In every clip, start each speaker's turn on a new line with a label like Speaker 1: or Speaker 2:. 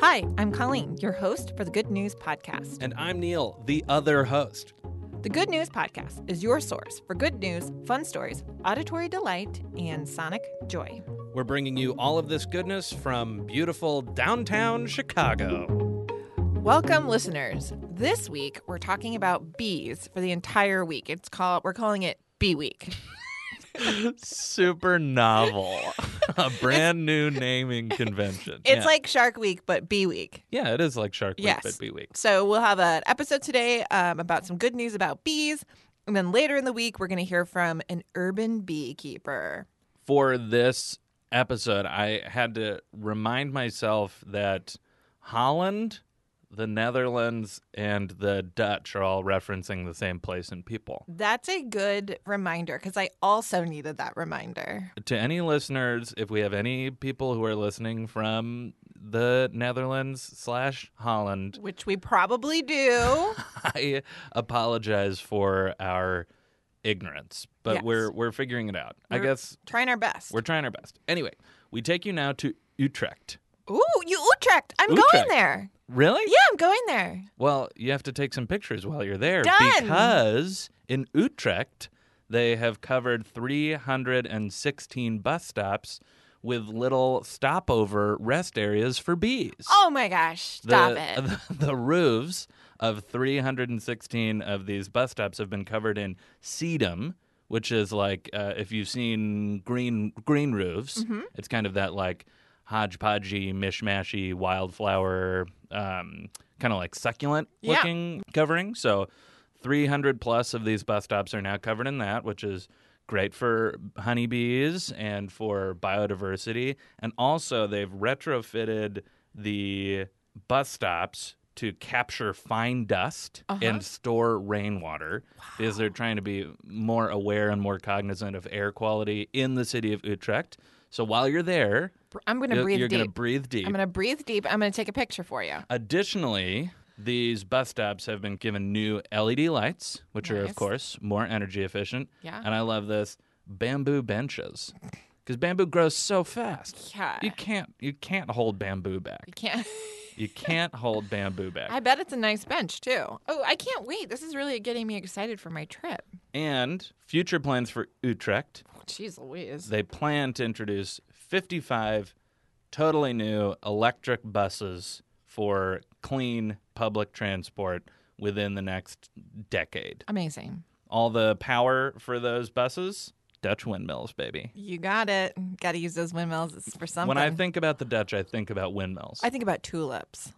Speaker 1: Hi, I'm Colleen, your host for the Good News Podcast.
Speaker 2: And I'm Neil, the other host.
Speaker 1: The Good News Podcast is your source for good news, fun stories, auditory delight, and sonic joy.
Speaker 2: We're bringing you all of this goodness from beautiful downtown Chicago.
Speaker 1: Welcome, listeners. This week we're talking about bees for the entire week. It's called we're calling it Bee Week.
Speaker 2: Super novel. A brand new naming convention.
Speaker 1: It's
Speaker 2: yeah.
Speaker 1: like Shark Week, but Bee Week.
Speaker 2: Yeah, it is like Shark Week,
Speaker 1: Yes.
Speaker 2: but Bee Week.
Speaker 1: So we'll have an episode today um, about some good news about bees, and then later in the week we're going to hear from an urban beekeeper.
Speaker 2: For this episode, I had to remind myself that Holland, the Netherlands, and the Dutch are all referencing the same place and people.
Speaker 1: That's a good reminder because I also needed that reminder.
Speaker 2: to any listeners, if we have any people who are listening from the Netherlands slash Holland,
Speaker 1: Which we probably do.
Speaker 2: I apologize for our ignorance, but
Speaker 1: Yes.
Speaker 2: we're we're figuring it out. I
Speaker 1: We're-
Speaker 2: guess
Speaker 1: Trying our best.
Speaker 2: we're trying our best. Anyway, we take you now to Utrecht.
Speaker 1: Ooh, you Utrecht. I'm going
Speaker 2: Utrecht.
Speaker 1: there.
Speaker 2: Really?
Speaker 1: Yeah, I'm going there.
Speaker 2: Well, you have to take some pictures while you're there
Speaker 1: Done.
Speaker 2: because in Utrecht, they have covered 316 bus stops with little stopover rest areas for bees.
Speaker 1: Oh my gosh. Stop
Speaker 2: the,
Speaker 1: it.
Speaker 2: The, roofs of 316 of these bus stops have been covered in sedum, which is like uh, if you've seen green green roofs,
Speaker 1: Mm-hmm.
Speaker 2: it's kind of that like hodgepodgey, mishmashy wildflower, um, kind of like succulent
Speaker 1: Yeah.
Speaker 2: looking covering. So 300 plus of these bus stops are now covered in that, which is great for honeybees and for biodiversity. And also, they've retrofitted the bus stops to capture fine dust
Speaker 1: Uh-huh.
Speaker 2: and store rainwater because they're trying to be more aware and more cognizant of air quality in the city of Utrecht. So while you're there,
Speaker 1: I'm going to
Speaker 2: you're-
Speaker 1: breathe
Speaker 2: you're
Speaker 1: deep.
Speaker 2: going to breathe deep.
Speaker 1: I'm going to breathe deep. I'm going to take a picture for you.
Speaker 2: Additionally, these bus stops have been given new LED lights, which are,
Speaker 1: Nice.
Speaker 2: of course, more energy efficient.
Speaker 1: Yeah.
Speaker 2: And I love this bamboo benches because bamboo grows so fast.
Speaker 1: Yeah.
Speaker 2: You can't you can't hold bamboo back.
Speaker 1: You can't.
Speaker 2: You can't hold bamboo back.
Speaker 1: I bet it's a nice bench too. Oh, I can't wait. This is really getting me excited for my trip.
Speaker 2: And future plans for Utrecht,
Speaker 1: Oh, Jeez Louise.
Speaker 2: they plan to introduce 55 totally new electric buses for clean public transport within the next decade.
Speaker 1: Amazing.
Speaker 2: all the power for those buses dutch windmills baby
Speaker 1: You got it. Got to use those windmills It's for something.
Speaker 2: when i think about the dutch i think about windmills
Speaker 1: I think about tulips.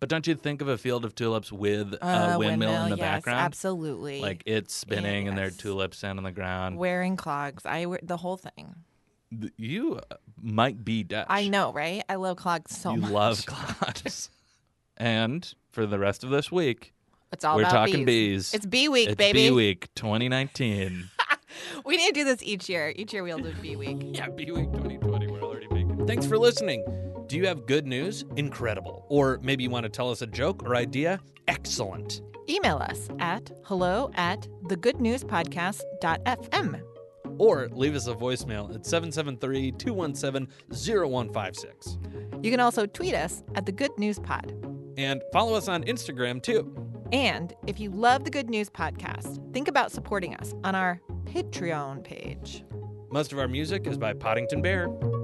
Speaker 2: but don't you think of a field of tulips with a
Speaker 1: Uh,
Speaker 2: windmill, in the
Speaker 1: yes,
Speaker 2: background
Speaker 1: Absolutely.
Speaker 2: like um, it's spinning and there are
Speaker 1: Yes.
Speaker 2: tulips down on the ground
Speaker 1: wearing clogs. I wear the whole thing.
Speaker 2: Th- you uh, might be dutch
Speaker 1: I know, right? I love clogs so
Speaker 2: you
Speaker 1: much.
Speaker 2: love clocks and for the rest of this week
Speaker 1: It's all
Speaker 2: we're
Speaker 1: about
Speaker 2: talking bees.
Speaker 1: It's bee week,
Speaker 2: it's
Speaker 1: baby.
Speaker 2: bee week 2019
Speaker 1: We need to do this each year. Each year we'll do bee week.
Speaker 2: Yeah, B Week 2020. We're already making. Thanks for listening. Do you have good news? Incredible. Or maybe you want to tell us a joke or idea? Excellent.
Speaker 1: Email us at hello at thegoodnewspodcast.fm.
Speaker 2: Or leave us a voicemail at 773 217 0156.
Speaker 1: You can also tweet us at the Good News Pod.
Speaker 2: And follow us on Instagram too.
Speaker 1: And if you love the Good News Podcast, think about supporting us on our Patreon page.
Speaker 2: Most of our music is by Poddington Bear.